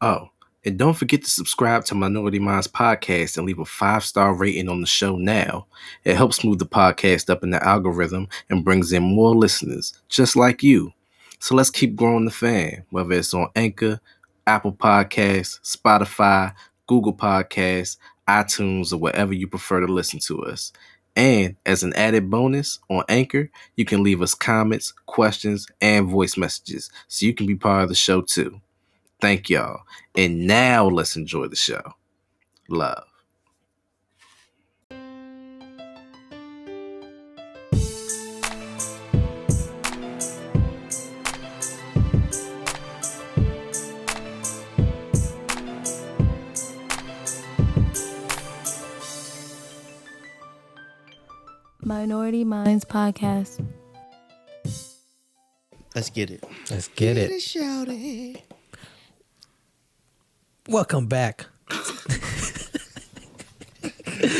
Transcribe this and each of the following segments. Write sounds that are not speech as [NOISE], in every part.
Oh, and don't forget to subscribe to Minority Minds Podcast and leave a five star rating on the show now. It helps move the podcast up in the algorithm and brings in more listeners, just like you. So let's keep growing the fan, whether it's on Anchor, Apple Podcasts, Spotify, Google Podcasts, iTunes, or wherever you prefer to listen to us. And as an added bonus on Anchor, you can leave us comments, questions, and voice messages so you can be part of the show too. Thank y'all. And now let's enjoy the show. Love. Minority Minds Podcast. Let's get it. Let's get it. Shout it. Welcome back [LAUGHS]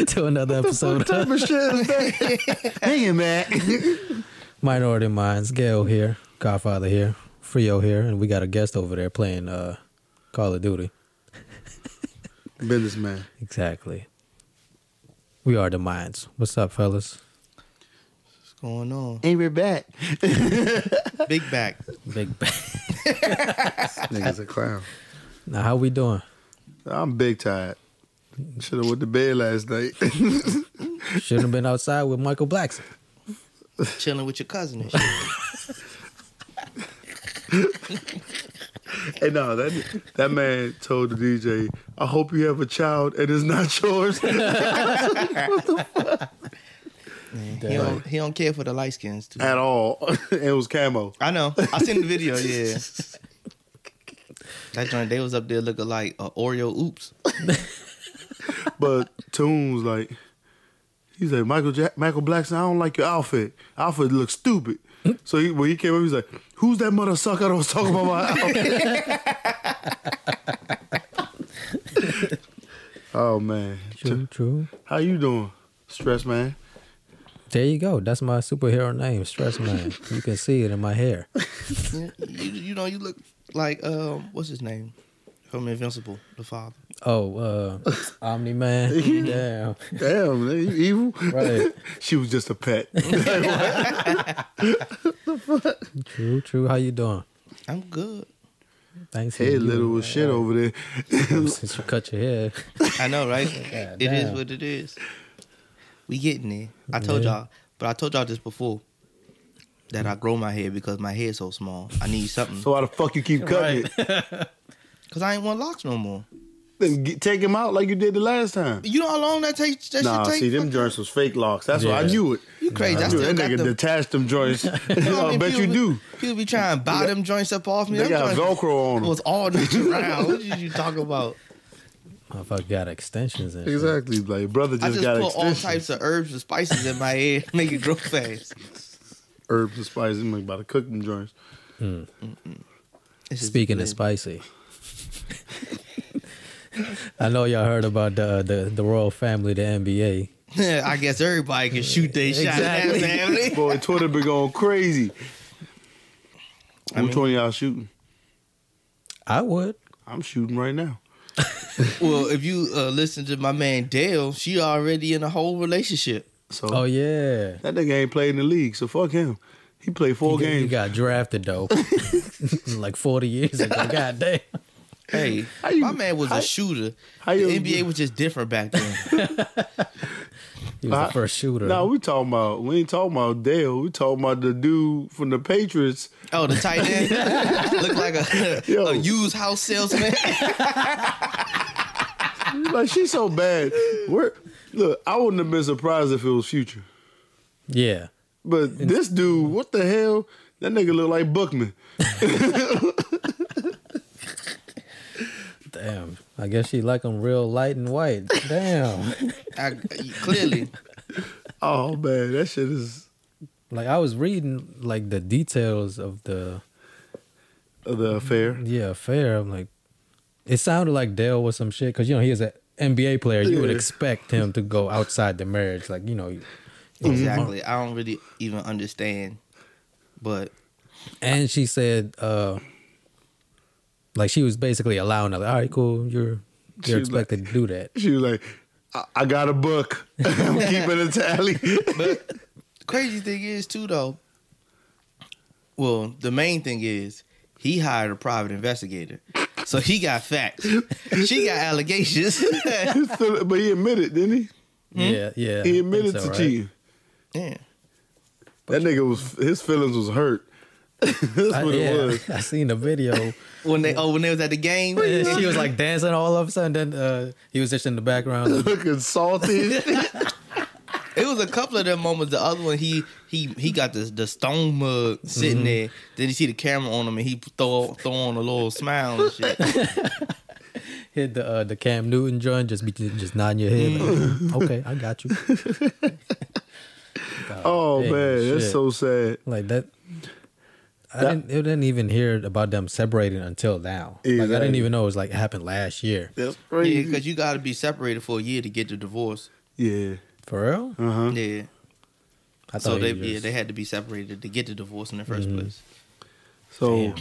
to another episode of [LAUGHS] Hanging back. Minority Minds. Gail here, Godfather here, Frio here, and we got a guest over there playing uh, Call of Duty. Businessman. Exactly. We are the Minds. What's up, fellas? What's going on? And we're back. [LAUGHS] Big back. Big bang. Nigga's a clown. Now, how we doing? I'm big tired. Should have went to bed last night. [LAUGHS] Should have been outside with Michael Blackson. Chilling with your cousin and shit. hey, no, that that man told the DJ, "I hope you have a child and it's not [LAUGHS] yours." He don't, he don't care for the light skins too. At all. [LAUGHS] it was camo. I know. I seen the video, yeah. [LAUGHS] That joint, they was up there looking like a Oreo oops. But Tunes like, he's like Michael Jack- Michael Blackson. I don't like your outfit. Outfit looks stupid. So he, when he came up, he's like, "Who's that mother sucker that was talking about my outfit?" oh man, True, true. how you doing, stress man? There you go. That's my superhero name, Stress Man. You can see it in my hair. you, you know, you look like um, what's his name from Invincible, the father. Oh, uh, Omni [LAUGHS] Man. Damn. Damn, man, you evil. Right. [LAUGHS] she was just [LAUGHS] a pet. True, true. How you doing? I'm good. Thanks. for Head you. little as shit over there. [LAUGHS] [LAUGHS] Since you cut your hair, I know, right? It is damn. what it is. We getting there. I told Yeah. y'all, but I told y'all this before that I grow my hair because my hair's so small. I need something So why the fuck you keep cutting it? because I ain't want locks no more. Then get, take him out like you did the last time. You know how long that takes? That Nah, should take. see them joints was fake locks. That's why I Yeah. knew it. You crazy? I Dude, still that got nigga them. detached them joints. [LAUGHS] You know what I [LAUGHS] I mean? bet you People do. be- People be trying to buy them joints up off me. They Them got joints Velcro on them. was [LAUGHS] all natural. what did you talk about? motherfucker got extensions and shit. Exactly, like brother I just, just got put all extensions. types of herbs and spices in my hair, make it grow fast. herbs and spices. I'm about to cook [LAUGHS] them joints. This is Speaking of good. spicy, [LAUGHS] I know y'all heard about the the, the royal family, the NBA. [LAUGHS] I guess everybody can shoot their shot. at that [LAUGHS] family. [LAUGHS] Boy, Twitter been going crazy. Which one of y'all shooting? I would. I'm shooting right now. well, if you uh, listen to my man Dale, she already in a whole relationship. So Oh yeah. that nigga ain't played in the league. So fuck him. He played four You got- You games. got drafted [LAUGHS] though, [LAUGHS] like forty years ago. God damn. Hey, you- my man was a shooter. how the you- NBA was just different back then. He was I- the first shooter. No, we talking about we ain't talking about Dale. We talking about the dude from the Patriots. oh, the tight end looked like a, Yo. a used house salesman. Like she's [LAUGHS] so bad. We're, look, I wouldn't have been surprised if it was Future. yeah. But this dude, what the hell? That nigga look like Bookman. Damn. I guess she like him real light and white. Damn. [LAUGHS] I, clearly, Oh man, that shit is like I was reading like the details of the the affair. Yeah, fair. I'm like, it sounded like Dale was some shit because you know he is an NBA player. You would Yeah. expect him to go outside the marriage, like you know. exactly. I don't really even understand, but And she said, uh, Like she was basically allowing her. Like, All right, cool. You're She you're was like- expected to do that. She was like, I, I got a book. [LAUGHS] I'm keeping a [LAUGHS] tally. But the crazy thing is too though. Well, the main thing is he hired a private investigator. So he got facts. She got allegations. [LAUGHS] So- but he admitted, didn't Yeah, yeah. Hmm? he? He I think admitted so, to right? cheating. yeah. That nigga was his feelings was hurt. [LAUGHS] That's I, what yeah, it [LAUGHS] was. I seen the [LAUGHS] video. When they oh when they was at the game. And she was like dancing all of a sudden. Then uh, he was just in the background. like, [LAUGHS] Looking salty. It was a couple of them moments. The other one, he he he got the the stone mug sitting Mm-hmm. there. Then you see the camera on him, and he throw throw on a little smile and shit. hit the uh, the Cam Newton joint. Just be just nodding your head. [LAUGHS] Like, okay, I got you. oh Damn, man, that's shit. so sad. Like that. I That- didn't. I didn't even hear about them separating until now. Like I didn't Exactly. even know it was like happened last year. That's yeah, crazy. because you got to be separated for a year to get the divorce. Yeah. For real? Uh huh. Yeah, I so he they was yeah just- [LAUGHS] they had to be separated to get the divorce in the 1st Mm-hmm. place. So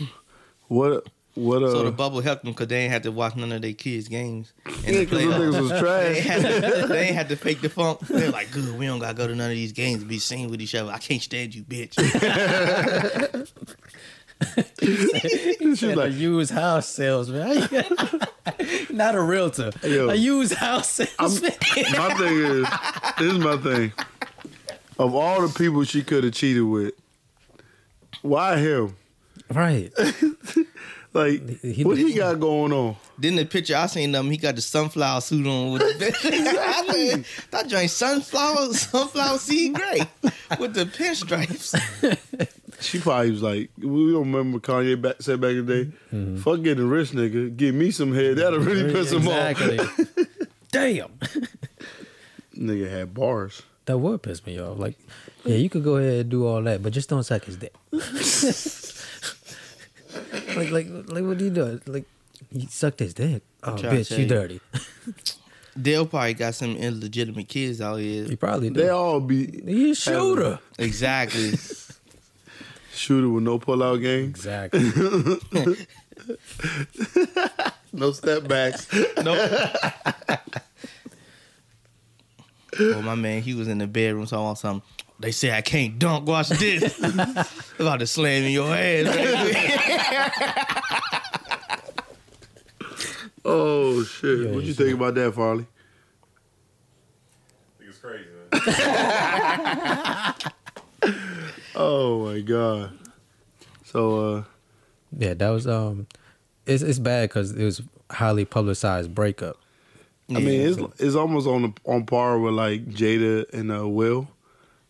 what? What? Uh, So the bubble helped them because they ain't had to watch none of their kids' games. In yeah, the 'cause them playoffs. niggas [LAUGHS] was They ain't trash. had to, they ain't had to fake the funk. They're like, good, we don't gotta go to none of these games and be seen with each other. I can't stand you, bitch. [LAUGHS] She's Said a like, used house [LAUGHS] salesman. [LAUGHS] Not a realtor. Yo. a used house salesman. [LAUGHS] my thing is, this is my thing. Of all the people she could have cheated with, why him? [LAUGHS] right. Like, He- he- what he got going on? Then the picture I seen them, he got the sunflower suit on with the [LAUGHS] exactly. that joint sunflower sunflower seed gray with the pinstripes. She probably was like, we don't remember Kanye back, said back in the day, fuck getting rich, nigga. Give me some head. That'll really piss him exactly. off. Damn. [LAUGHS] nigga had bars. That would piss me off. Like, yeah, you could go ahead and do all that, but just don't suck his dick. like, like, like, what he does? Like, he sucked his dick. Oh, trying to bitch, tell you you. dirty. Dale probably got some illegitimate kids out here. He probably They did. all be He a shooter. Exactly. shooter with no pullout game, Exactly. [LAUGHS] no step backs. [LAUGHS] nope. well, Oh, my man, he was in the bedroom, so I want something. They say I can't dunk. Watch this. About to slam in your ass. [LAUGHS] oh, shit. what you he's think about that, Farley? think it's crazy, man. [LAUGHS] Oh, my God. So, uh, yeah, that was um, it's it's bad because it was highly publicized breakup. I mean, it's it's almost on the, on par with like Jada and uh, Will,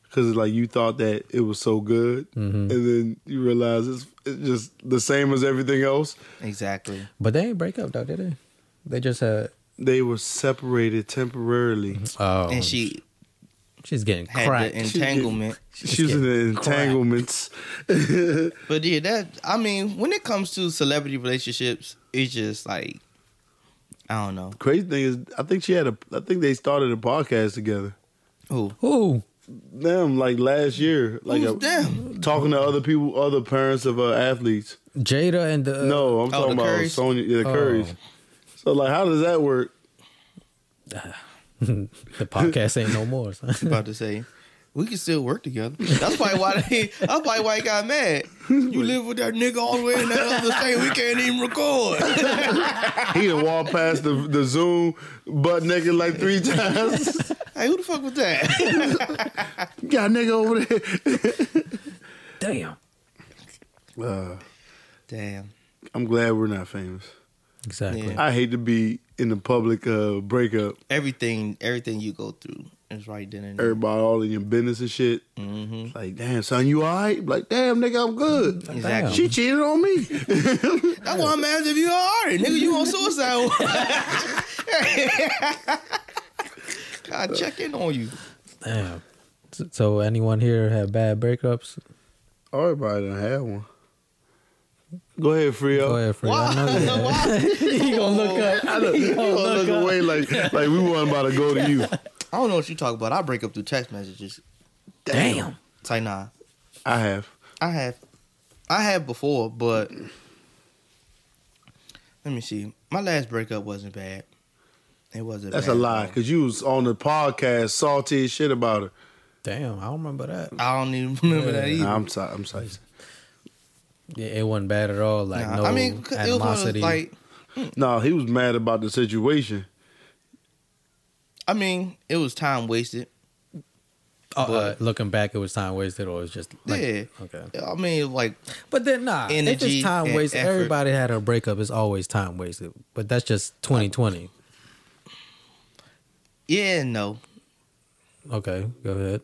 because like you thought that it was so good, and then you realize it's, it's just the same as everything else. exactly. But they ain't break up though, did they? They just had. They were separated temporarily. Oh, And she she's getting had cracked. the entanglement. She was in the entanglements. But yeah, that I mean, when it comes to celebrity relationships, it's just like I don't know Crazy thing is, I think she had a. I think they started a podcast together. who. Ooh, Them like last year, like Who's a- them? talking to other people, other parents of uh, athletes. Jada and the no, I'm oh, talking the about Currys? Sonya yeah, the Oh. Currys. So like, how does that work? the podcast ain't no more. son. [LAUGHS] About to say, we can still work together. That's probably why they. That's probably why he got mad. You live with that nigga all the way in that other state. We can't even [LAUGHS] record. He done walked past the, the Zoom butt naked like three times. hey, who the fuck was that? Got a nigga over there. Damn. Uh, Damn. I'm glad we're not famous. Exactly. Yeah. I hate to be in the public uh, breakup. Everything, everything you go through is right then and there. Everybody all in your business and shit. Mhm. Like, damn, son, you all right? Like, damn, nigga, I'm good. Exactly. She cheated on me. That's why I'm mad if you already, nigga. You on suicide? [LAUGHS] watch. God, check in on you. Damn. So, so anyone here have bad breakups? Oh, Everybody done had one. Go ahead, Frio. Go ahead, Fred. [LAUGHS] I know you have. Why? he gonna look up. I know, you gonna look away [LAUGHS] like like we wasn't about to go to you. I don't know what you talk about. I break up through text messages. Damn. It's like, nah, I have. I have, I have before, but Let me see. My last breakup wasn't bad. It wasn't. That's bad a at lie, all. cause you was on the podcast salty as shit about it. Damn, I don't remember that. I don't even remember that either. Nah, I'm sorry. I'm sorry. Yeah, it wasn't bad at all. Like Nah, no I mean, it was one of those, animosity. like No, he was mad about the situation. I mean, it was time wasted. Uh, uh, but- looking back, it was time wasted, or it was just like, yeah. okay. I mean, like But then nah, if Energy it's time and wasted, effort. everybody had a breakup. It's always time wasted. But that's just 2020. yeah, no. Okay, go ahead.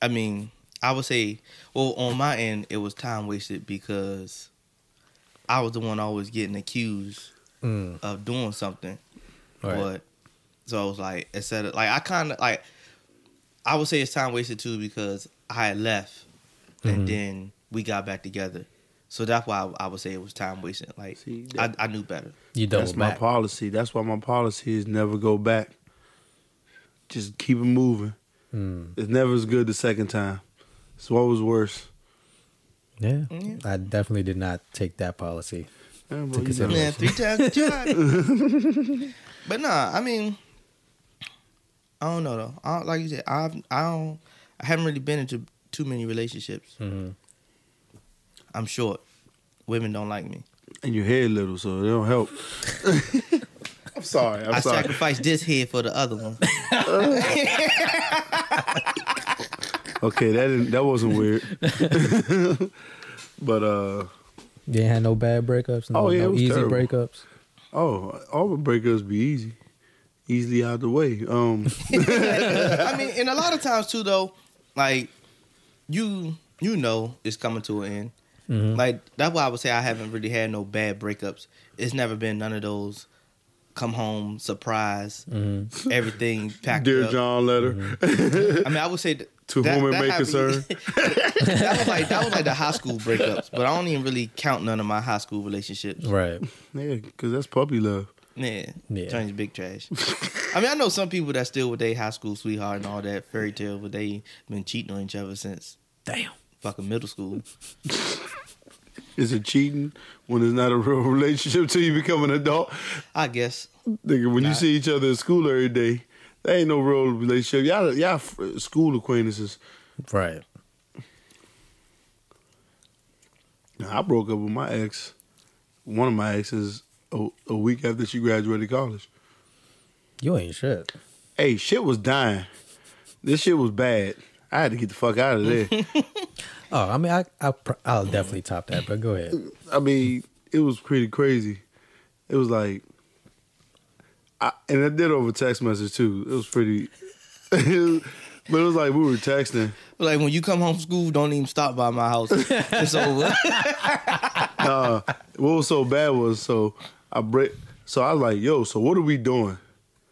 I mean, I would say, well, on my end, it was time wasted because I was the one always getting accused Mm, of doing something. all right. But so I was like, instead of like, I kind of like, I would say it's time wasted too because I had left, Mm-hmm. Mhm. and then we got back together. So that's why I, I would say it was time wasted. Like See, I, that- I knew better. You double That's my back. policy. That's why my policy is never go back. Just keep it moving. Mm, It's never as good the second time. It's what was worse. yeah, Yeah. I definitely did not take that policy. Yeah, Took bro, his you know. Yeah. Yeah, three times a charm. [LAUGHS] but nah, I mean, I don't know though. I don't, like you said, I've I don't I haven't really been into too many relationships. Mm-hmm. Mhm. I'm short. Women don't like me. and your hair little, so it don't [LAUGHS] help. [LAUGHS] I'm sorry. I'm i sorry. sacrificed this head for the other [LAUGHS] one. Okay, that didn't, that wasn't weird. [LAUGHS] but uh You ain't had no bad breakups. No, Oh, yeah, it no was easy [LAUGHS] terrible. breakups. oh, all the breakups be easy, easily out the way. Um, I mean, and a lot of times too though, like you you know it's coming to an end. Mm-hmm. Like that's why I would say I haven't really had no bad breakups. It's never been none of those come home surprise, [LAUGHS] everything packed Mm-hmm. dear up. John letter. I mean, I would say th- To whom it may happened- concern. [LAUGHS] that was like that was like the high school breakups, but I don't even really count none of my high school relationships. Right. [LAUGHS] Yeah, because that's puppy love. Yeah, Yeah. Johnny's big trash. I mean, I know some people that still with their high school sweetheart and all that fairy tale, but they been cheating on each other since Damn. fucking middle school. Is it cheating when it's not a real [LAUGHS] relationship till you become an adult? I guess. Nigga, when you see each other at school every day, there ain't no real relationship. Y'all, y'all f- school acquaintances. Right. Now, I broke up with my ex, one of my exes, a, a week after she graduated college. You ain't shit. Hey, shit was dying. This shit was bad. I had to get the fuck out of there. Oh, I mean, I, I pr- I'll definitely top that. But go ahead. I mean, it was pretty crazy. It was like, I, and I did over text message too. It was pretty, [LAUGHS] but it was like we were texting. Like when you come home from school, don't even stop by my [LAUGHS] house. It's over. What was so bad was so I break. So I was like, "Yo, so what are we doing?"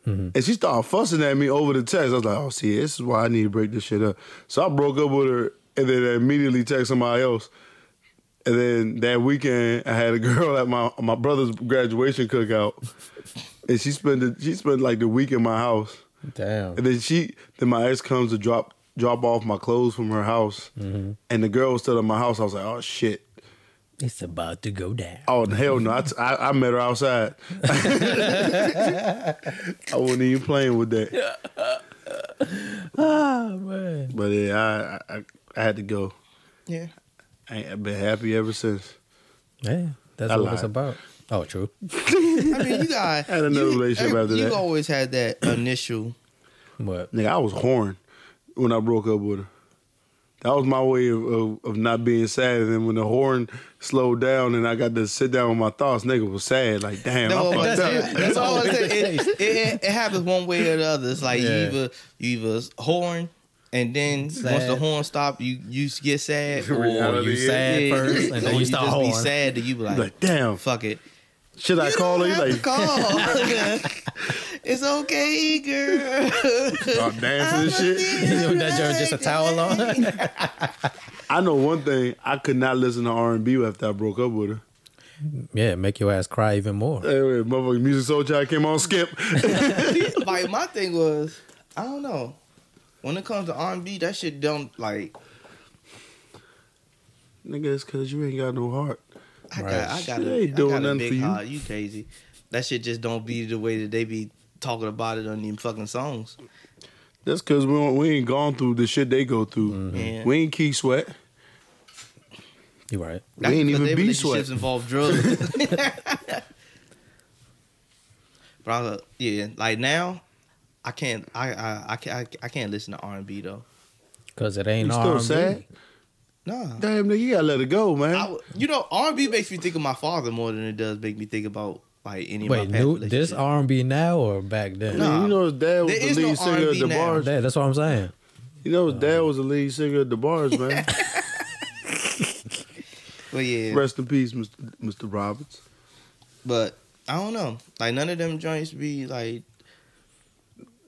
And she started fussing at me over the text. I was like, "Oh, see, this is why I need to break this shit up." So I broke up with her, and then I immediately text somebody else. And then that weekend, I had a [LAUGHS] girl at my my brother's graduation cookout, and she spent the, she spent like the week in my house. Damn. And then she, then my ex comes to drop drop off my clothes from her house, and the girl was still at my house. I was like, "Oh shit." It's about to go down. Oh hell no! I, t- I, I met her [LAUGHS] outside. I wasn't even playing with that. [LAUGHS] Ah, Oh, man. But yeah, I I, I had to go. yeah. I, I've been happy ever since. Yeah, that's I what it's lied. about. Oh, true. I mean, you got Had another you, relationship every- after you that. always had that initial. But Nigga, I was horned when I broke up with her. That was my way of, of, of not being sad. And then when the horn slowed down and I got to sit down with my thoughts, nigga was sad. Like damn, No, I but fucked that's, up. it. that's all I'm saying. It, it, it, [LAUGHS] it happens one way or the other. It's like Yeah. you either you either horn, and then once the Sad. horn stop, you you get [LAUGHS] sad, or Reality you is- sad Yeah. [LAUGHS] first, and Or then you start just be horn. sad that you be like, Like damn, fuck it. should I You call her? don't You [LAUGHS] have to [LAUGHS] Like call. it's okay, girl. [LAUGHS] start dancing and [LAUGHS] shit. that joint just a towel on. [LAUGHS] I know one thing. I could not listen to R and B after I broke up with her. yeah, make your ass cry even more. Anyway, motherfucking music soul child came on skip. [LAUGHS] like my thing was, I don't know. When it comes to R and B, that shit don't like. Nigga, it's cause you ain't got no heart. I Right. got, I got, Shit a, ain't I doing got a nothing big for you. heart. You crazy? That shit just don't be the way that they be talking about it on them fucking songs. That's because we, don't- we ain't gone through the shit they go through. Yeah. We ain't key sweat. You right. That's we ain't because even their be relationships sweat. involve drugs. [LAUGHS] [LAUGHS] but I was, yeah, like now, I can't, I, I, I can't, I can't listen to R and B though. Cause it ain't You R still sad? Nah, Damn, nigga, you gotta let it go, man. I w you know, R and B makes me think of my father more than it does make me think about like any Wait, of my past new, this relationships. R and B now or back then? Man, Nah. you know his dad was There the is no lead singer R&B at the now. bars. That- that's what I'm saying. You know his dad was the lead singer at the bars, man. But [LAUGHS] yeah, Rest in peace, Mr. Mr. Roberts. but I don't know. Like none of them joints be like.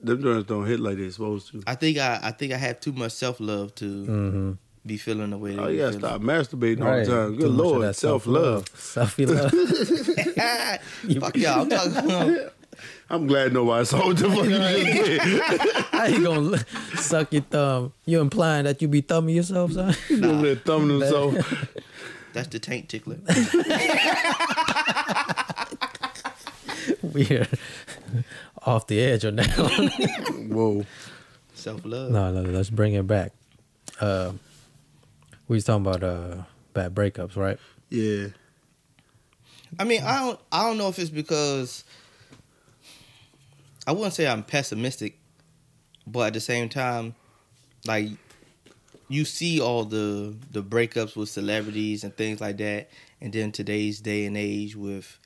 Them joints don't hit like they supposed to. I think I, I think I have too much self love to Mhm. be feeling the way. That Oh, be you gotta feeling. [LAUGHS] stop masturbating all the time. Good Too much of lord, that self love. Selfie love. Fuck y'all. I'm talking. [LAUGHS] I'm glad nobody [LAUGHS] saw what the fuck [LAUGHS] you just [LAUGHS] did. How you gonna look- suck your thumb? You implying that you be thumbing yourself, son? [LAUGHS] He's over there thumbing himself. That's the taint tickler. We're [LAUGHS] off the edge on that one. Whoa. Self love. No, no, no, let's bring it back. Uh, we was talking about uh bad breakups, right? Yeah. I mean, I don't. I don't know if it's because I wouldn't say I'm pessimistic, but at the same time, like you see all the the breakups with celebrities and things like that, and then today's day and age with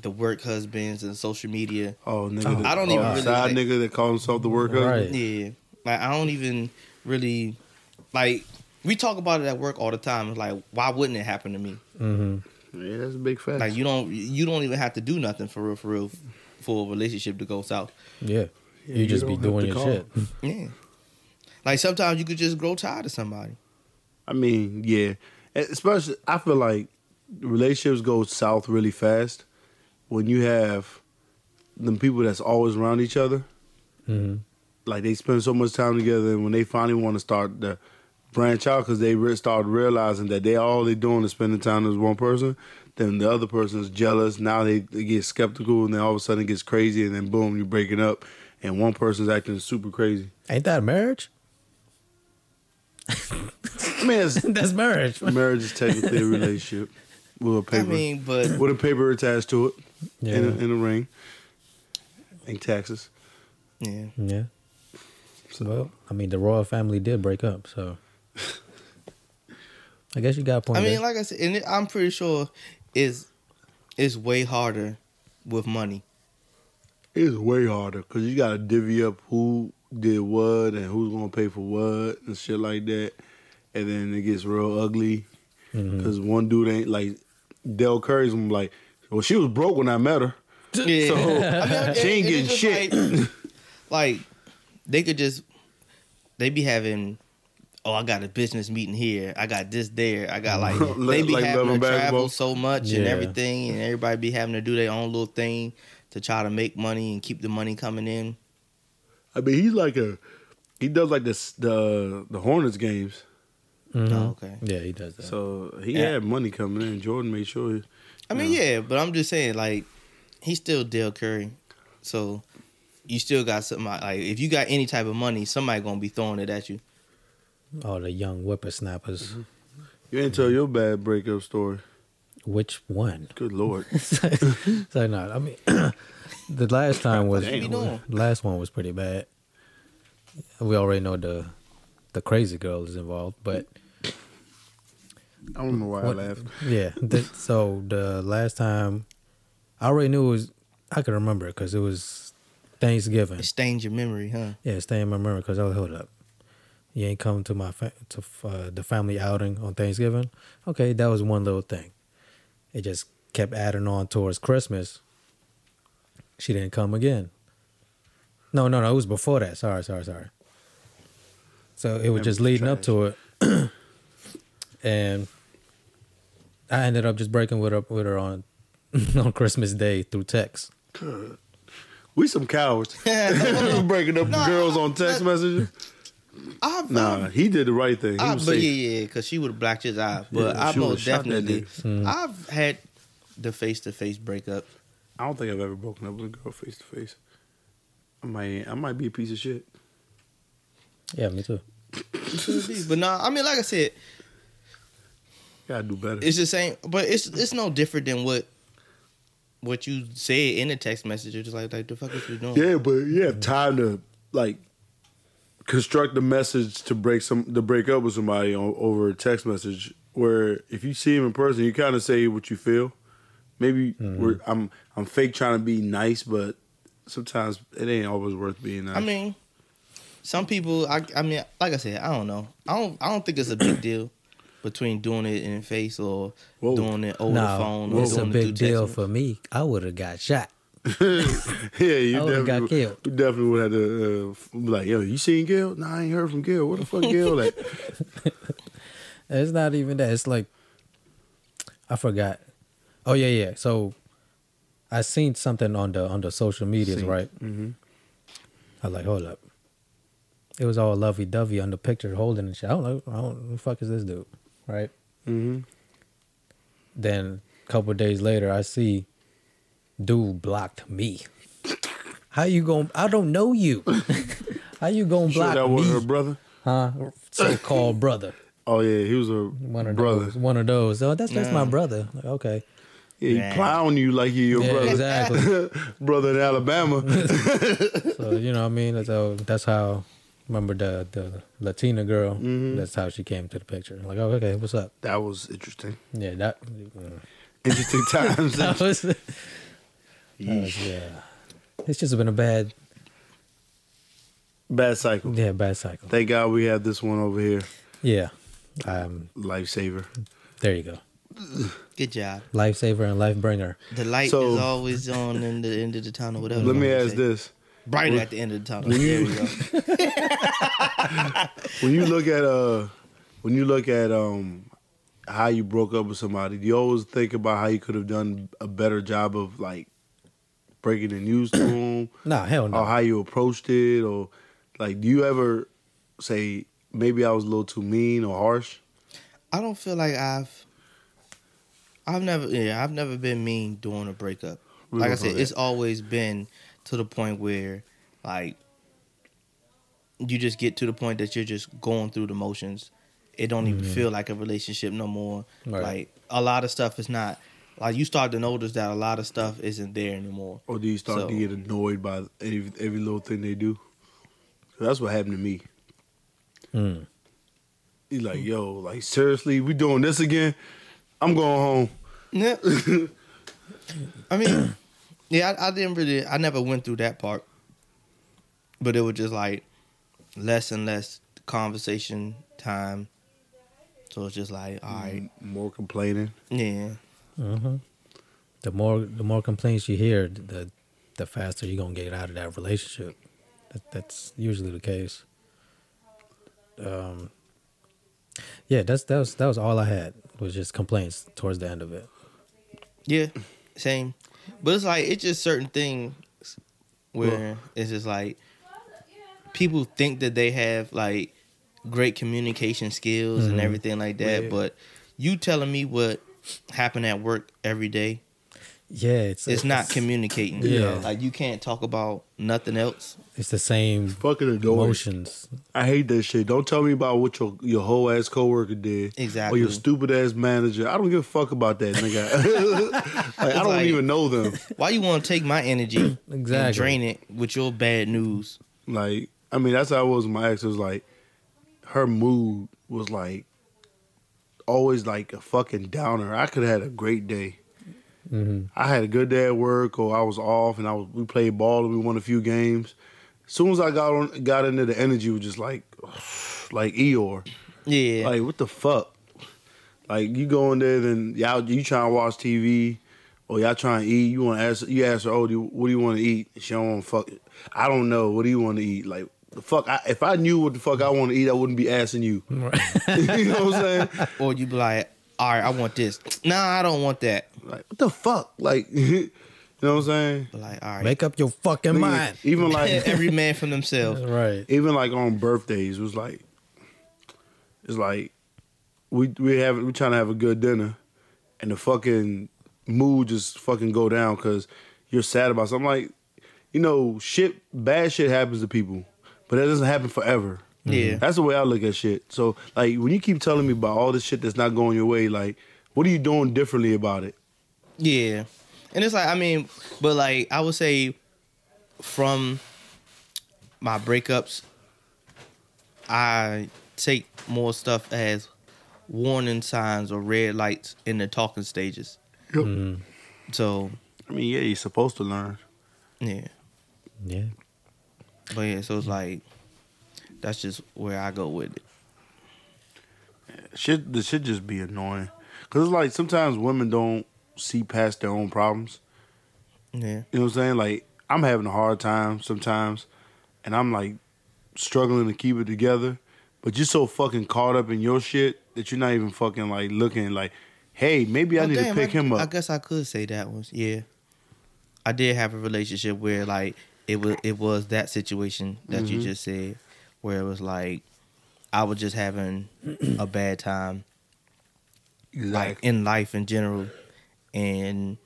the work husbands and social media. Oh, nigga. I don't that- even oh, really like- Side nigga that calls himself the worker. Right. Yeah. Like I don't even really like we talk about it at work all the time. It's like why wouldn't it happen to me? Mm-hmm. Yeah, that's a big fact. Like you don't you don't even have to do nothing for real for real for a relationship to go south. Yeah, you, you just be don't have doing to your call. shit. Yeah. Like sometimes you could just grow tired of somebody. I mean, yeah. Especially, I feel like relationships go south really fast when you have them people that's always around each other. Mhm. Like they spend so much time together, and when they finally want to start to branch out because they re- start realizing that they all they doing is spending time with one person, then the other person is jealous. Now they, they get skeptical, and then all of a sudden it gets crazy, and then boom, you're breaking up, and one person's acting super crazy. Ain't that marriage? [LAUGHS] I mean, it's, [LAUGHS] That's marriage. [LAUGHS] marriage is [LAUGHS] technically a relationship with a I paper. mean, but with a paper attached to it Yeah, in, a, in a ring and taxes. yeah. yeah. well, I mean, the royal family did break up, so [LAUGHS] I guess you got a point. I mean, there. like I said, and it, I'm pretty sure is it's way harder with money. It's way harder because you got to divvy up who did what and who's going to pay for what and shit like that. And then it gets real ugly Mm-hmm. because one dude ain't like Del Curry's gonna be like, well, she was broke when I met her. Yeah. [LAUGHS] So she ain't and getting it's just shit. Like, like, they could just they be having. Oh, I got a business meeting here. I got this there. I got like [LAUGHS] Like- they be like having love to and travel basketball. so much and Yeah. everything, and everybody be having to do their own little thing to try to make money and keep the money coming in. I mean, he's like a, he does like this, the the Hornets games. Mhm. Oh, okay. yeah, he does that. So he Yeah. had money coming in. Jordan made sure. he- I mean, yeah, but I'm just saying, like, he's still Dale Curry, so you still got somebody. Like, if you got any type of money, somebody gonna be throwing it at you. All the young whippersnappers. Mm-hmm. You ain't tell your bad breakup story. Which one? Good lord. so so, no, I mean, [CLEARS THROAT] the last time was Damn. What we doing? last one was pretty bad. We already know the the crazy girl is involved, but [LAUGHS] I don't know why What- I laughed. yeah. [LAUGHS] th- so the last time, I already knew it was. I could remember it because it was Thanksgiving. It stains your memory, [LAUGHS] huh? [LAUGHS] Yeah, stay in my memory because I was hold up. You ain't coming to my fa- to uh, the family outing on Thanksgiving. Okay, that was one little thing. It just kept adding on towards Christmas. She didn't come again. No, no, no. It was before that. Sorry, sorry, sorry. So it was just leading up to it, [CLEARS THROAT] and I ended up just breaking with her with her on [LAUGHS] on Christmas Day through text. [LAUGHS] We some cowards. Breaking up girls on text messages. I, Nah, he did the right thing. He I, was Ah, but safe. yeah, yeah, because she would have blacked his eye. But Yeah, I she would've most shot that definitely, Mm. I've had the face to face breakup. I don't think I've ever broken up with a girl face to face. I might, I might be a piece of shit. Yeah, me too. But nah, I mean, like I said, Gotta do better. it's the same. But it's it's no different than what what you said in the text message. It's just like like the fuck is you doing? yeah, but you have time to like construct a message to break some to break up with somebody on, over a text message. Where if you see him in person, you kind of say what you feel. Maybe we're, I'm I'm fake trying to be nice, but sometimes it ain't always worth being nice. I mean, some people. I I mean, like I said, I don't know. I don't I don't think it's a [CLEARS THROAT] big deal between doing it in face or Whoa. doing it over the phone. No, or it's a doing it through big deal text. for me. I would have got shot. [LAUGHS] yeah, you I definitely would've got killed. You definitely would have to uh, f- be like, yo, you seen Gail? Nah, I ain't heard from Gail. What the fuck, [LAUGHS] Gail? Like, It's not even that. It's like I forgot. Oh yeah, yeah. So I seen something on the on the social medias, right? Mm-hmm. I was like, hold up. It was all lovey dovey on the picture holding and shit. I don't know. I don't who the fuck is this dude, right? mm-hmm. Then a couple days later, I see dude blocked me. How you gonna? I don't know [LAUGHS] you. How you gonna sure block that was her me, brother. huh? So called brother. Oh yeah, he was a One of brother. those. One of those. Oh, that's that's my brother. Like, okay. Yeah, he Nah. clown you like he your Yeah, brother, exactly. [LAUGHS] brother in [LAUGHS] Alabama. so you know what I mean. So that's how. Remember the the Latina girl. That's how she came to the picture. Like, oh, okay, what's up? that was interesting. Yeah, [LAUGHS] that. mm. Interesting [LAUGHS] [LAUGHS] times. That was. that was- yeah. It's just been a bad, Bad cycle. yeah, bad cycle. Thank God we have this one over here, Yeah. Um. lifesaver. There you go. Good job. Lifesaver and life bringer. The light So- is always on in the end of the tunnel. Whatever. Let you me wanna ask say. this: Brighter at the end of the tunnel. There we go. When you look at uh, when you look at um, how you broke up with somebody, do you always think about how you could have done a better job of like breaking the news [CLEARS THROAT] to them, Nah, hell no. or Oh, how you approached it, or like, do you ever say maybe I was a little too mean or harsh? I don't feel like I've I've never yeah, I've never been mean during a breakup. We like I both know said, that. it's always been to the point where like you just get to the point that you're just going through the motions. It don't Mm-hmm. even feel like a relationship no more. Right. Like a lot of stuff is not like you start to notice that a lot of stuff isn't there anymore. Or do you start So- to get annoyed by every, every little thing they do? 'Cause That's what happened to me. Mm. He's like, yo, like seriously, we doing this again? I'm going home. Yeah. [LAUGHS] I mean, yeah, I, I didn't really, I never went through that part. But it was just like less and less conversation time. So it's just like, all right, More complaining. yeah. Mhm. The more the more complaints you hear, the the faster you're gonna get out of that relationship. That, that's usually the case. Um. Yeah, that's that was that was all I had was just complaints towards the end of it. Yeah, same. But it's like, it's just certain things where it's just like people think that they have like great communication skills and everything like that. Yeah. But you telling me what happened at work every day Yeah, it's it's [LAUGHS] not communicating. Yeah. Like you can't talk about nothing else. It's the same Fucking annoying. emotions. I hate that shit. Don't tell me about what your your whole ass coworker did. Exactly. Or your stupid ass manager. I don't give a fuck about that [LAUGHS] nigga. like, I don't like- even know them. Why you want to take my energy [CLEARS THROAT] Exactly. and drain it with your bad news? Like, I mean, that's how it was with my ex. It was like her mood was like always like a fucking downer. I could have had a great day. Mm-hmm. I had a good day at work, or I was off, and I was we played ball and we won a few games. As soon as I got on, got into the energy was just like, [SIGHS] like Eeyore. Yeah. Like, what the fuck? Like, you go in there, then y'all, you trying to watch TV, or y'all trying to eat. You want to ask, you ask her, oh, do you, what do you want to eat? She don't want to fuck. I don't know. What do you want to eat? Like, the fuck, I, if I knew what the fuck I want to eat, I wouldn't be asking you. [LAUGHS] you know what I'm saying? or you be like, all right, I want this. Nah, I don't want that. Like, [LAUGHS] what the fuck? Like, You know what I'm saying? But like, all right, Make up your fucking mind. [LAUGHS] [LAUGHS] Even like every man for themselves. Right. even like on birthdays it was like it's like we we have we trying to have a good dinner and the fucking mood just fucking go down because you're sad about something like you know shit bad shit happens to people but that doesn't happen forever Yeah. that's the way i look at shit so like when you keep telling me about all this shit that's not going your way like what are you doing differently about it Yeah. And it's like, I mean, but like, I would say from my breakups, I take more stuff as warning signs or red lights in the talking stages. Yep. Mm-hmm. So, i mean yeah you're supposed to learn yeah. Yeah. But yeah, so it's like, that's just where I go with it. shit the shit just be annoying because it's like sometimes women don't see past their own problems Yeah. You know what I'm saying? Like I'm having a hard time sometimes, and I'm like struggling to keep it together. But you're so fucking caught up in your shit that you're not even fucking like looking like, hey, maybe I Oh, need damn, to pick I, him up. I guess I could say that was yeah. I did have a relationship where like it was it was that situation that you Mm-hmm. just said, where it was like I was just having a bad time like in life in general, and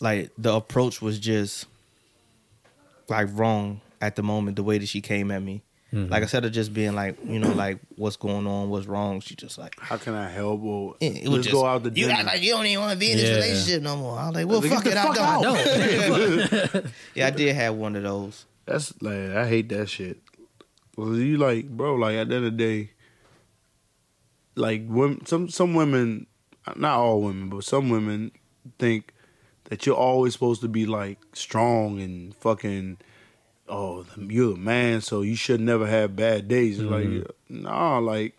like the approach was just like wrong at the moment. The way that she came at me, like instead of just being like you know like what's going on, what's wrong, she just like How can I help? Well, yeah, it was let's just, go out to You dinner. act like you don't even want to be in this Yeah. relationship no more. I was like, well, Like, fuck get it, the I'm fuck done. out. [LAUGHS] Yeah, I did have one of those. That's like I hate that shit. Well, you like, bro, like at the end of the day, like women, some some women, not all women, but some women think that you're always supposed to be like strong and fucking. Oh, you're a man, so you should never have bad days. It's Like, nah, like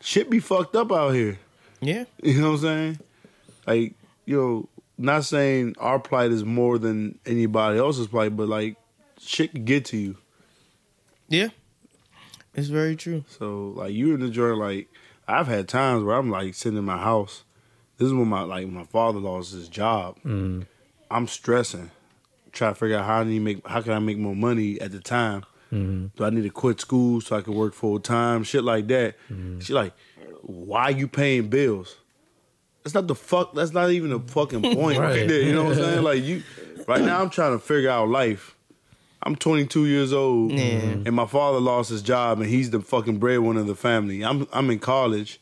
shit be fucked up out here. Yeah, You know what I'm saying? Like, you know, not saying our plight is more than anybody else's plight, but like shit can get to you. yeah, it's very true. So like you in the joint, like I've had times where I'm like sitting in my house. This is when my like my father lost his job. I'm stressing, trying to figure out how I need to make how can I make more money at the time. Do I need to quit school so I can work full time? Shit like that. She like, why you paying bills? That's not the fuck. That's not even a fucking point. right. Right. there, [LAUGHS] you know what I'm saying? Like you, right now I'm trying to figure out life. I'm 22 years old, and my father lost his job, and he's the fucking breadwinner of the family. I'm I'm in college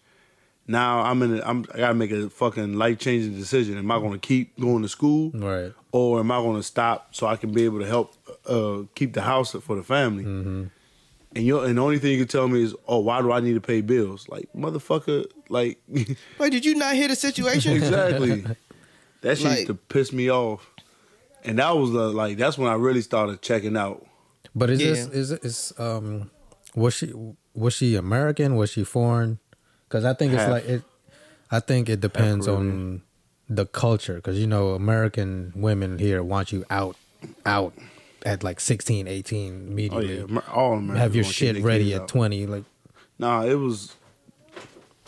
now. I'm in. A, I'm I gotta make a fucking life changing decision. Am I gonna keep going to school, Right. or am I gonna stop so I can be able to help uh, keep the house up for the family? And you and the only thing you can tell me is, oh, why do I need to pay bills? Like motherfucker, like [LAUGHS] Wait, did you not hear the situation? exactly. That shit Like- used to piss me off, and that was the, like that's when I really started checking out. But is this Yeah. is is um was she was she American? Was she foreign? Because I think it's Half. like it. I think it depends on the culture. Because you know, American women here want you out, out at like 16, 18 Oh immediately. yeah, Amer- all Americans Have your gonna keep shit their ready kids at out. twenty. Like Nah, it was.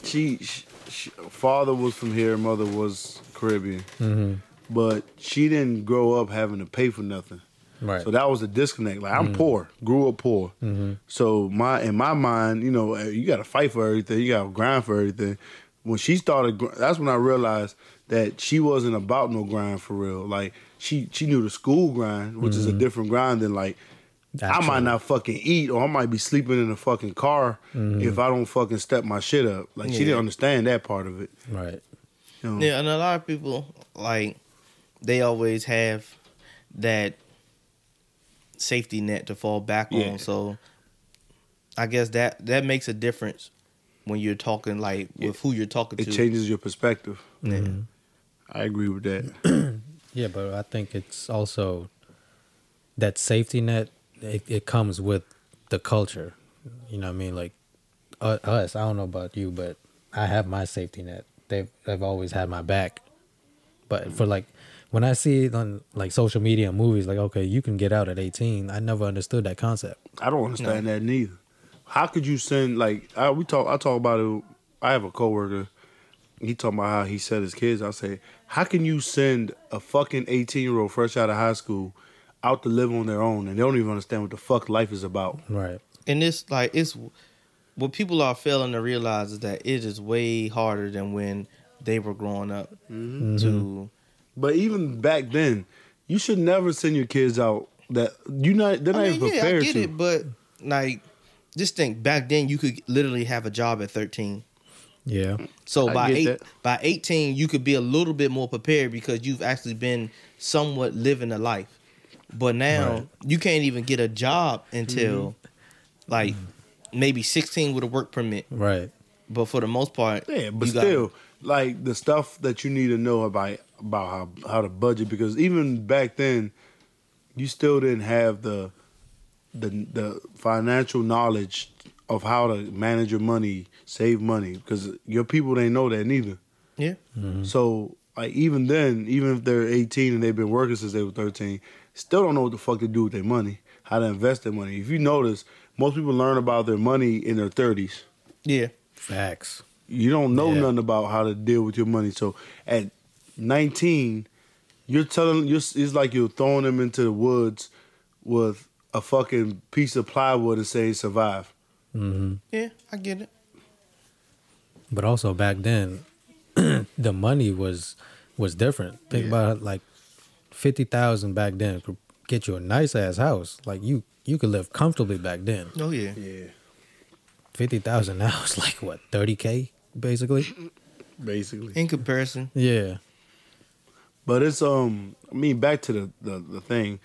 She, sh sh father was from here, mother was Caribbean, Mm-hmm. but she didn't grow up having to pay for nothing. right. Mm. Mm-hmm. So that was a disconnect. Like I'm poor, grew up poor. So my in my mind, you know, eh, you got to fight for everything. You got to grind for everything. When she started, gr- that's when I realized that she wasn't about no grind for real. Like she she knew the school grind, which is a Mm-hmm. different grind than like I might Absolutely. not fucking eat or I might be sleeping in a fucking car if I don't fucking step my shit up. Like Mm-hmm. she Yeah. didn't understand that part of it. right. You know? yeah, and a lot of people like they always have that safety net to fall back Yeah. on. So I guess that that makes a difference when you're talking like with who you're talking It to. changes your perspective. Yeah. I agree with that. Yeah, but I think it's also that safety net. It, it comes with the culture. You know what I mean? Like uh, us. I don't know about you, but I have my safety net. They've they've always had my back. But for like when I see it on like social media and movies, like okay, you can get out at eighteen. I never understood that concept. I don't understand that neither. How could you send like I we talk I talk about it I have a coworker he talking about how he said his kids. I say, how can you send a fucking eighteen year old fresh out of high school out to live on their own and they don't even understand what the fuck life is about? Right. and it's like it's what people are failing to realize is that it is way harder than when they were growing up Mm-hmm. to But even back then, you should never send your kids out. That you not they're not I mean, even yeah, I prepared get to. it, but like just think back then you could literally have a job at 13. Yeah. So I by get eight, that. by 18 you could be a little bit more prepared because you've actually been somewhat living a life. But now Right. you can't even get a job until like maybe 16 with a work permit. Right. But for the most part, Yeah, but you got- still, like the stuff that you need to know about about how how to budget because even back then, you still didn't have the the the financial knowledge of how to manage your money, save money because your people they know that neither. yeah. Mm. So like even then, even if they're 18 and they've been working since they were 13, still don't know what the fuck to do with their money, how to invest their money. If you notice, most people learn about their money in their 30s Yeah. Facts. you don't know Yeah. nothing about how to deal with your money. So at 19, you're telling you're, it's like you're throwing them into the woods with a fucking piece of plywood and saying survive. Mm-hmm. Yeah, I get it. But also back then, [CLEARS THROAT] the money was was different. Think about it, like fifty thousand back then could get you a nice ass house. Like you you could live comfortably back then. Oh yeah. Yeah, Fifty thousand now is like what thirty k Mm-hmm. basically. basically. In comparison, Yeah. But it's um, I mean, back to the, the the thing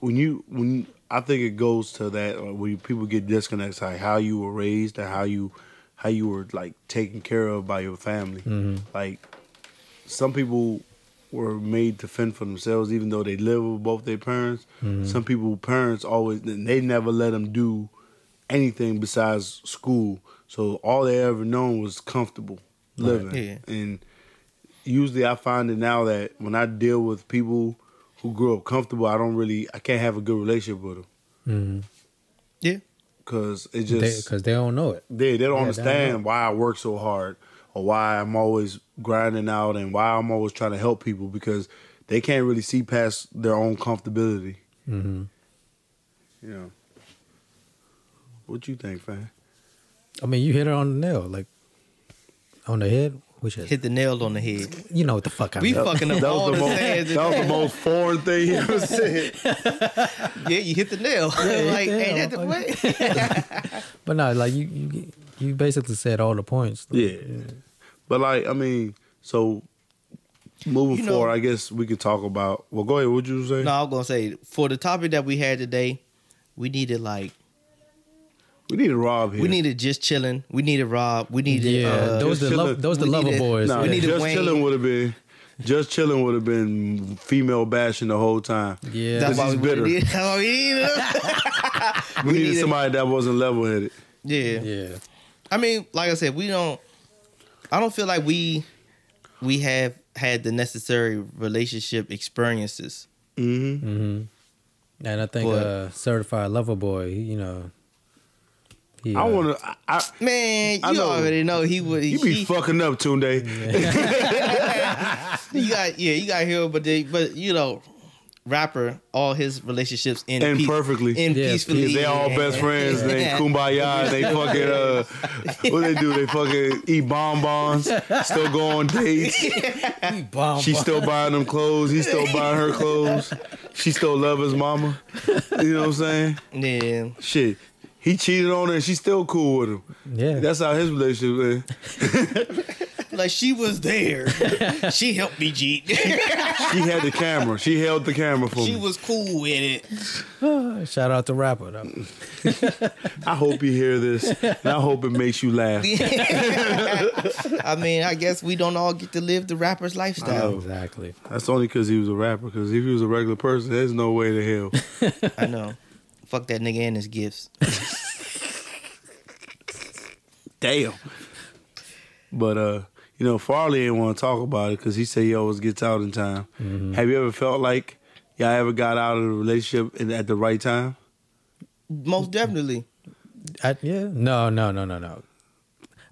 when you when I think it goes to that uh, when people get disconnects, like how you were raised and how you how you were like taken care of by your family. Like some people were made to fend for themselves, even though they live with both their parents. Some people parents always and they never let them do anything besides school, so all they ever known was comfortable living Yeah. and usually I find it now that when I deal with people who grew up comfortable, I don't really, I can't have a good relationship with them yeah, because Because it just Mm-hmm. they, don't know it. they, they don't Yeah, understand down why I work so hard or why I'm always grinding out and why I'm always trying to help people because they can't really see past their own comfortability. Mm-hmm. You know, what you think, fam? I mean, you hit it on the nail, like on the head, which is hit the nail on the head. you know what the fuck I We mean. fucking up That all was, the the most, sayings. that was the most foreign thing [LAUGHS] you ever said. yeah, you hit the nail. [LAUGHS] like, the ain't nail, that the way? But no, like you, you you basically said all the points. Yeah. But like, I mean, so moving You know- forward, I guess we could talk about. Well, go ahead. What you say? no, I'm gonna say for the topic that we had today, we needed like We need a Rob here. we needed just chilling. We needed Rob. We needed Yeah, uh, those just the lo- chilling. those the We lover need it. boys. Nah, we yeah. need a just Wayne. chilling would have been. Just chilling would have been female bashing the whole time. Yeah. that's 'Cause why he's we bitter. needed. [LAUGHS] That's why we needed. [LAUGHS] We, needed, needed- somebody that wasn't level headed. yeah. yeah. I mean, like I said, we don't. I don't feel like we we have had the necessary relationship experiences. Mm-hmm. And I think But- uh, certified lover boy, he- you know. He, I uh, want to. I, I, Man, I you know. already know he would. you be he- fucking up Tunde. [LAUGHS] You got yeah, you got hero, but they, but you know, rapper, all his relationships end End peace- perfectly. end Yeah, peacefully. Because they all best friends. They [LAUGHS] kumbaya. They fucking uh, what they do? They fucking eat bonbons. Still go on dates. [LAUGHS] bomb, She's bomb. still buying them clothes. He's still buying her clothes. She still love his mama. You know what I'm saying? Yeah, Shit. He cheated on her and she's still cool with him. yeah. That's how his relationship is. like she was [LAUGHS] there. she helped me cheat. She had the camera. She held the camera for [LAUGHS] she me. was cool with it. Uh, Shout out to rapper. Though. I hope you hear this. And I hope it makes you laugh. I mean, I guess we don't all get to live the rapper's lifestyle. Exactly. That's only because he was a rapper. Because if he was a regular person, there's no way to hell. I know. Fuck that nigga and his gifts. Damn. But uh, you know, Farley ain't want to talk about it because he said he always gets out in time. Mm-hmm. Have you ever felt like y'all ever got out of a relationship in, at the right time? Most definitely. I, yeah. No, no, no, no, no.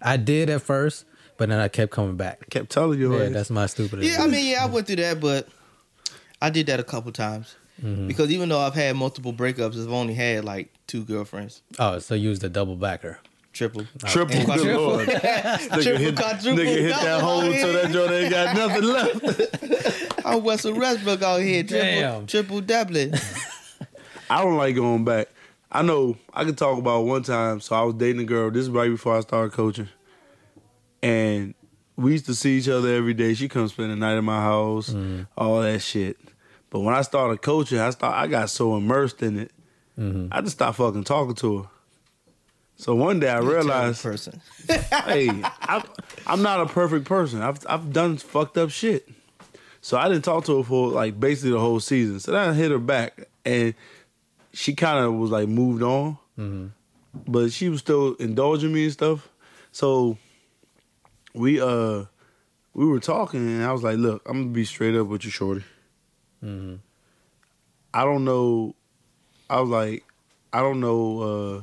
I did at first, But then I kept coming back. kept telling you. Yeah, right? that's my stupid. Yeah, I mean, yeah, I went through that, but I did that a couple times Mm-hmm. because even though I've had multiple breakups, I've only had like two girlfriends, oh, so use the double backer. triple, triple. Triple. Good lord. Triple nigga [LAUGHS] hit, quadruple nigga hit [LAUGHS] that double. hole until that joint ain't got nothing left. I'm Wessel Westbrook out here, triple, Damn. triple doublet. I don't like going back. I know I can talk about one time. So I was dating a girl. This is right before I started coaching, and we used to see each other every day. She come spend the night at my house, all that shit. But when I started coaching, I start I got so immersed in it, I just stopped fucking talking to her. So one day I realized, person. hey, I, I'm not a perfect person. I've I've done fucked up shit. So I didn't talk to her for like basically the whole season. So then I hit her back, and she kind of was like moved on, but she was still indulging me and stuff. So we uh we were talking, and I was like, "Look, I'm gonna be straight up with you, shorty. I don't know. I was like, I don't know." uh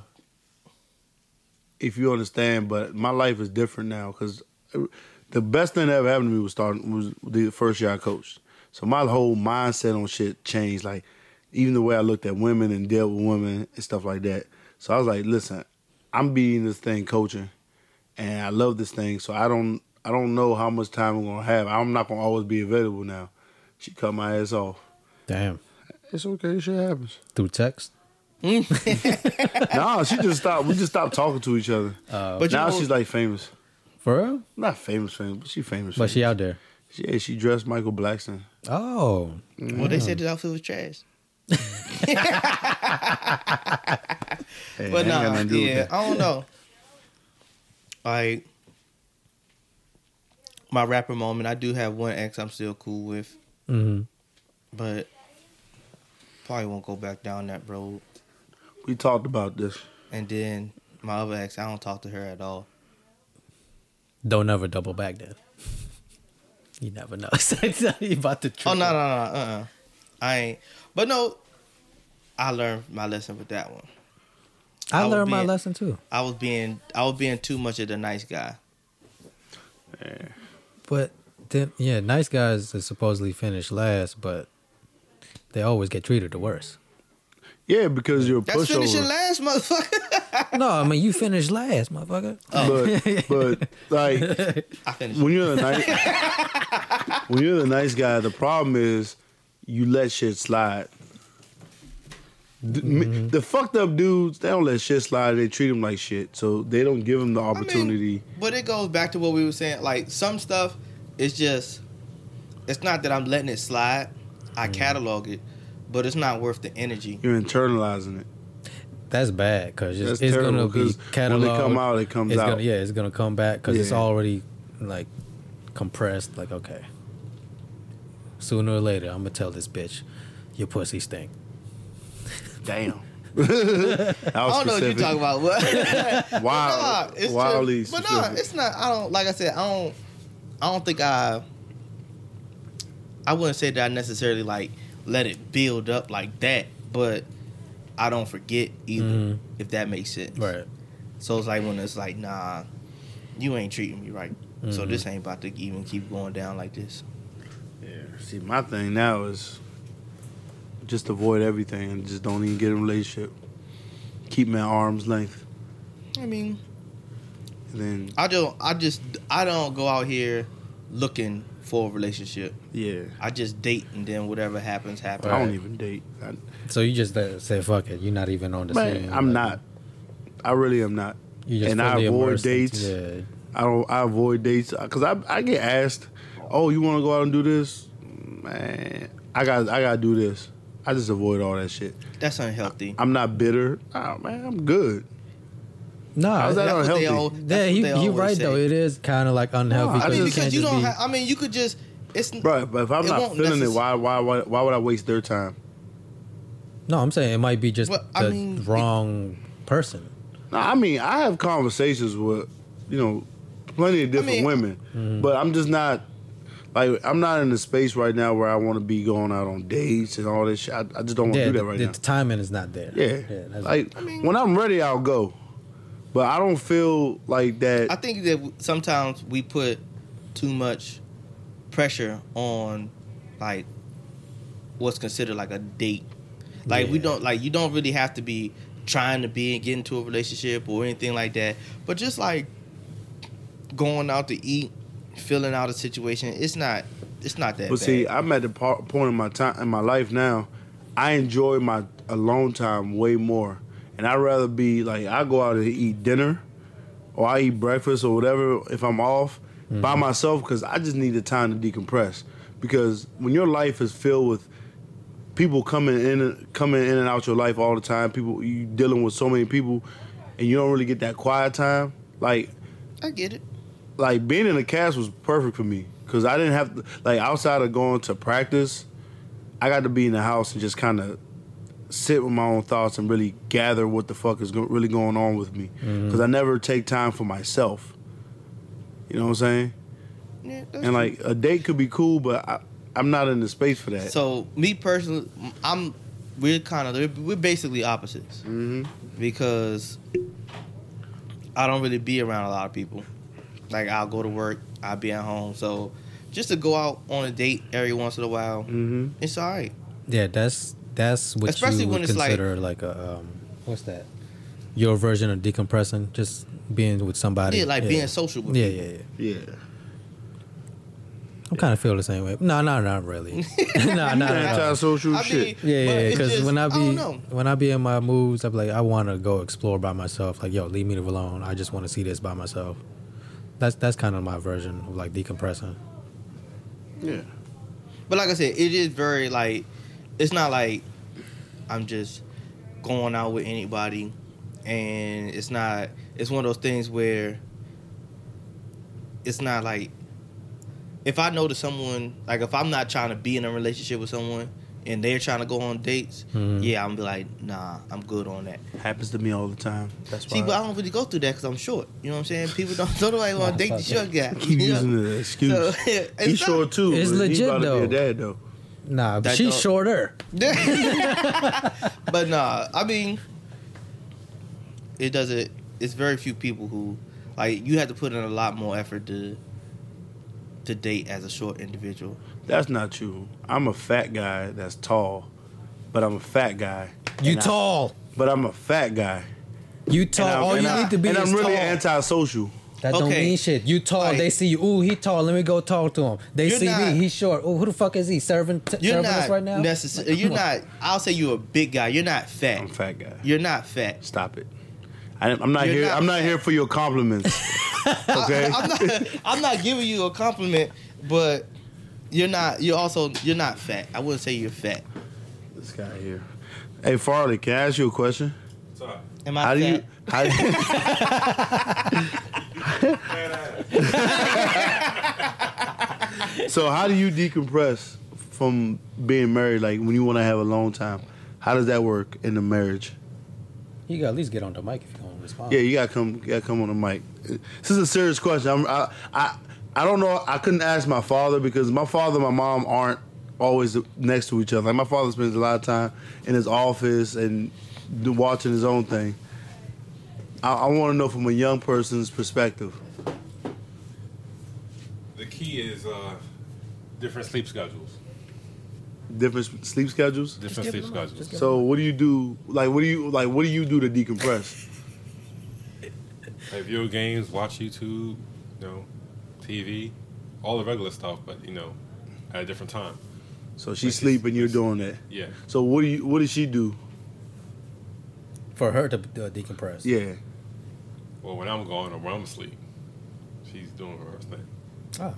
if you understand, but my life is different now because the best thing that ever happened to me was starting was the first year I coached. So my whole mindset on shit changed. Like even the way I looked at women and dealt with women and stuff like that. So I was like, listen, I'm being this thing coaching, and I love this thing. So I don't I don't know how much time I'm gonna have. I'm not gonna always be available now. She cut my ass off. Damn. It's okay. Shit happens. Through text. [LAUGHS] nah, she just stopped. We just stopped talking to each other. But but you Uh, now know- she's like famous. For real? Not famous, famous, but she famous. But she out there. she, yeah, she dressed Michael Blackson. Oh. Well, mm-hmm. they said that outfit was trash. Hey, But I ain't got nah, nothing to do with yeah, that. I don't know. [LAUGHS] Like my rapper moment, I do have one ex I'm still cool with, hmm but probably won't go back down that road. We talked about this. And then my other ex, I don't talk to her at all. Don't ever double back then. [LAUGHS] You never know. [LAUGHS] you about to Oh no triple. no no, no uh uh I ain't. But no, I learned my lesson with that one. I, I would learned be my it. lesson too. I was being I was being too much of the nice guy. But then, yeah, nice guys are supposedly finish last, but they always get treated the worst. Yeah, because you're a That's finishing pushover. last, motherfucker. [LAUGHS] no, I mean you finished last, motherfucker. Oh. [LAUGHS] But but like I finished. when you're a [LAUGHS] nice when you're the nice guy, the problem is you let shit slide. The, me- the fucked up dudes, they don't let shit slide. They treat them like shit, so they don't give them the I mean, opportunity. but it goes back to what we were saying. Like some stuff, it's just, it's not that I'm letting it slide. Mm. I catalog it, but it's not worth the energy. you're internalizing it. That's bad because it's, That's it's gonna terrible, be 'cause when cataloged. they come out, it comes it's out. Gonna, yeah, it's gonna come back because it's Yeah. already like compressed. Like okay, sooner or later I'm gonna tell this bitch your pussy stink. [LAUGHS] Damn. I don't know what you're talking about. [LAUGHS] But about. nah, Wild, it's wildly just, but no, specific. it's not. I don't. Like I said, I don't. I don't think I. I wouldn't say that I necessarily like let it build up like that, but I don't forget either. Mm-hmm. If that makes sense, Right. So it's like when it's like, nah, you ain't treating me right. So this Mm-hmm. ain't about to even keep going down like this. Yeah. See, my thing now is just avoid everything and just don't even get in a relationship. Keep me at arm's length. I mean, And then, I don't. I just. I don't go out here looking for a relationship. yeah, I just date, and then whatever happens, happens. I don't even date. I, So you just uh, say fuck it. You're not even on the man, scene. I'm like, not. I really am not. You just and I fully avoid immersed into- dates. Yeah. I don't. I avoid dates because I I get asked, "Oh, you want to go out and do this?" Man, I got I gotta do this. I just avoid all that shit. That's unhealthy. I'm not bitter. Oh man, I'm good. No, How's that That's what unhealthy? they all. that's Yeah, what you they you always right say. though. It is kind of like unhealthy. No, I I mean, just- because because can't you just don't. be- Ha- I mean, you could just. It's. Right, but if I'm It not won't feeling it, necess- why, why why why would I waste their time? no, I'm saying it might be just Well, I the mean, it- wrong person. No, I mean I have conversations with you know plenty of different mean- women, Mm-hmm. but I'm just not like I'm not in the space right now where I want to be going out on dates and all this. Shit. I, I just don't want to Yeah, do the, that right the now. timing is not there. Yeah, that's, like when I'm ready, I'll go. But I don't feel like that. I think that sometimes we put too much pressure on like what's considered like a date. Like we Yeah. don't like you don't really have to be trying to be and get into a relationship or anything like that. But just like going out to eat, filling out a situation, it's not it's not that But bad. see, I'm at the par- point in my time in my life now. I enjoy my alone time way more, and I'd rather be like I go out and eat dinner, or I eat breakfast or whatever if I'm off Mm-hmm. by myself because I just need the time to decompress. Because when your life is filled with people coming in coming in and out your life all the time, people you dealing with so many people, and you don't really get that quiet time. Like I get it. like being in the cast was perfect for me because I didn't have to, like outside of going to practice, I got to be in the house and just kind of sit with my own thoughts and really gather what the fuck is go- really going on with me because I never take time for myself. You know what I'm saying? Yeah, that's And like a date could be cool, but I, I'm not in the space for that. So me personally, I'm we're kind of we're basically opposites because I don't really be around a lot of people. Like I'll go to work, I'll be at home. So just to go out on a date every once in a while, Mhm. it's all right. Yeah, that's that's what Especially you when would it's like- consider like, a um, what's that? Your version of decompressing, just being with somebody. Yeah, like being social with Yeah, people. yeah, yeah. yeah. I am kind of feel the same way. No, no, not really. [LAUGHS] no, [LAUGHS] not at all. Antisocial I shit. mean, Yeah, but yeah. it's Because just- when I I be don't know. when I be in my moods, I'm like, I want to go explore by myself. Like, yo, leave me alone. I just want to see this by myself. That's that's kind of my version of like decompressing. yeah. But like I said, it is very like it's not like I'm just going out with anybody and it's not it's one of those things where it's not like if I know that someone like if I'm not trying to be in a relationship with someone and they're trying to go on dates, yeah, I'm be like, nah, I'm good on that. Happens to me all the time. That's why See, but I don't really go through that because I'm short. You know what I'm saying? People don't [LAUGHS] don't nobody want to date the short guy. I [LAUGHS] keep you know? using the excuse. So, He's it's not- short too. It's but he legit, about to be a though. dad though. Nah, but That she's don't- shorter. [LAUGHS] but nah, I mean, it doesn't. It's very few people who like you have to put in a lot more effort to to date as a short individual. That's not true. I'm a fat guy that's tall, but I'm a fat guy. You And I- tall. but I'm a fat guy. You And I'm- tall. All and you I- need to be And is I'm really tall. antisocial. That don't Okay. mean shit. You tall. Like- they see you. Ooh, he tall. Let me go talk to him. They You're see not- me. He's short. Ooh, who the fuck is he serving? T- You're serving not us right now. necessar- Like, you're come on. not. I'll say you're a big guy. You're not fat. I'm a fat guy. You're not [LAUGHS] fat. Stop it. I, am not You're here. not I'm not fat. here for [LAUGHS] your compliments. okay. I'm not. I'm not giving you a compliment, but you're not. You're also. You're not fat. I wouldn't say you're fat. this guy here. Hey Farley, can I ask you a question? Am I fat? How do you? How do you so how do you decompress from being married? Like when you want to have a long time, how does that work in the marriage? You got at least get on the mic if you gonna respond. Yeah, you gotta come, you gotta come on the mic. This is a serious question. I'm, I, I, I don't know. I couldn't ask my father because my father and my mom aren't always next to each other. Like my father spends a lot of time in his office and do- watching his own thing. I, I want to know from a young person's perspective. The key is uh, different sleep schedules. Different sleep schedules. Different sleep schedules. So what do you do? Like what do you like? What do you do to decompress? Play video games, watch YouTube, you know, TV, all the regular stuff, but you know, at a different time. So she's sleeping, you're doing that. Yeah. So what do you? What does she do? For her to uh, decompress. Yeah. Well, when I'm gone or when I'm asleep, she's doing her thing. Oh.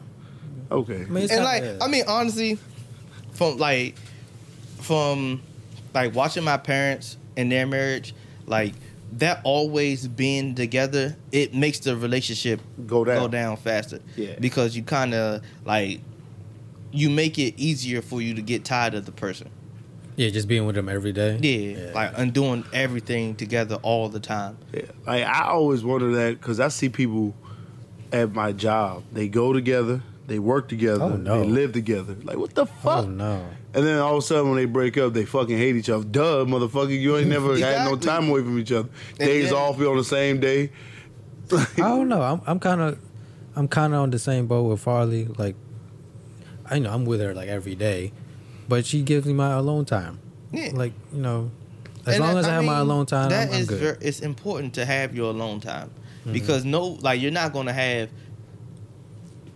Okay. I mean, it's and not- like yeah. I mean honestly, from like from like watching my parents and their marriage, like that always being together, it makes the relationship Go down. go down faster. Yeah. Because you kind of like you make it easier for you to get tired of the person. yeah, just being with them every day. Yeah. Like undoing everything together all the time. Yeah, like I always wonder that because I see people at my job. They go together, They work together. Oh, no. They live together. Like what the fuck? Oh no. And then all of a sudden, when they break up, they fucking hate each other. Duh, motherfucker, you ain't never had no Exactly. time away from each other. And Days then- off, we on the same day. [LAUGHS] I don't know. I'm I'm kind of I'm kind of on the same boat with Farley. Like I know I'm with her like every day, but she gives me my alone time. Yeah. Like you know, Eh. as And long as I, have my mean, alone time, that I'm, I'm is good. Mm-hmm. ver- it's important to have your alone time because no, like you're not gonna have.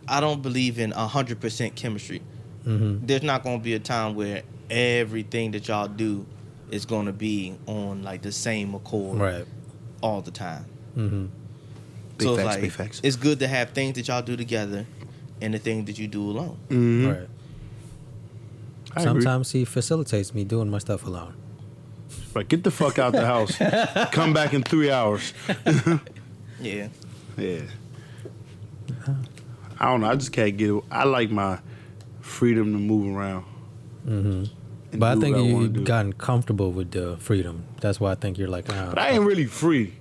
I don't believe in hundred percent chemistry. Mm-hmm. There's not gonna be a time where everything that y'all do is gonna be on like the same accord right. Mm-hmm. all the time. Big so it's facts, like big facts. it's good to have things that y'all do together, and the things that you do alone. Mm. Right. Mm-hmm. I agree. Sometimes he facilitates me doing my stuff alone. Like, get the fuck out [LAUGHS] the house. Come back in three hours. Yeah, Yeah. I don't know. I just can't get. it. I like my freedom to move around. Mm-hmm. But I think you've gotten comfortable with the freedom. That's why I think you're like, ah, But I ain't really free.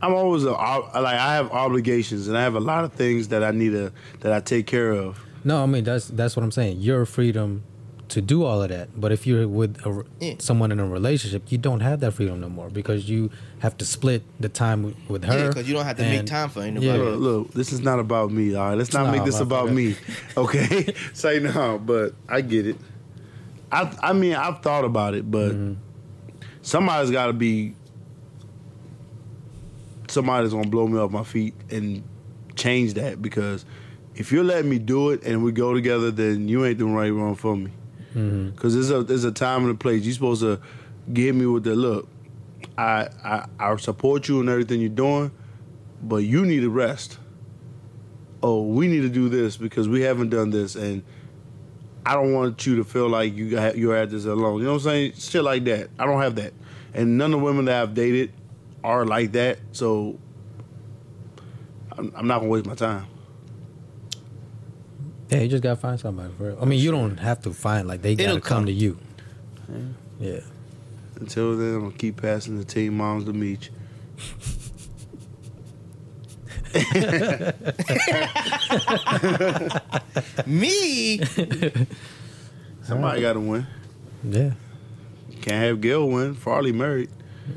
I'm always a, ob- like I have obligations and I have a lot of things that I need to that I take care of. no. I mean, that's that's what I'm saying. Your freedom to do all of that. But if you're with a, Yeah. someone in a relationship, you don't have that freedom no more because you have to split the time with, with her. Yeah, 'cause you don't have to make and- time for anybody Yeah. Look, look, this is not about me. All right, let's not Nah, make this about motherfucker. me. Okay, [LAUGHS] say no, but I get it. I I mean I've thought about it, but somebody's got to be somebody's gonna blow me off my feet and change that because if you're letting me do it and we go together, then you ain't doing right wrong for me. Because there's a there's a time and a place. You're supposed to give me with the look. I I I support you in everything you're doing, but you need to rest. Oh, we need to do this because we haven't done this, and I don't want you to feel like you got, you're at this alone. You know what I'm saying? Shit like that. I don't have that, and none of the women that I've dated are like that. So I'm, I'm not gonna waste my time. Yeah, you just gotta find somebody. For real. I mean, you don't have to find like they gotta It'll come, come. to you. Yeah. Until then, I'm gonna keep passing the team moms to meet you. [LAUGHS] me. Somebody got to win. yeah, Can't have Gail win. Farley married.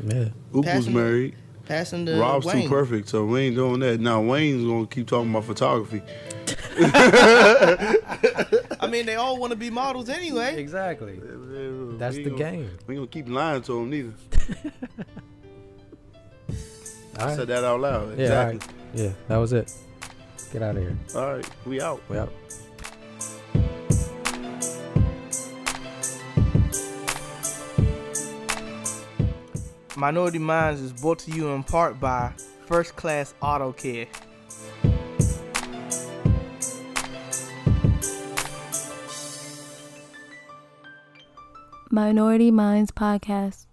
yeah, Uku's Passing- married. Passing the Rob's Wayne. too perfect, so we ain't doing that. Now Wayne's gonna keep talking about photography. I mean, they all want to be models anyway. Exactly. That's We the gonna- game. We gonna keep lying to him neither. All I right. said that out Yeah, loud. all exactly. right. yeah. That was it. Get out of here. all right, we out. We out. Minority Minds is brought to you in part by First Class Auto Care. Minority Minds Podcast.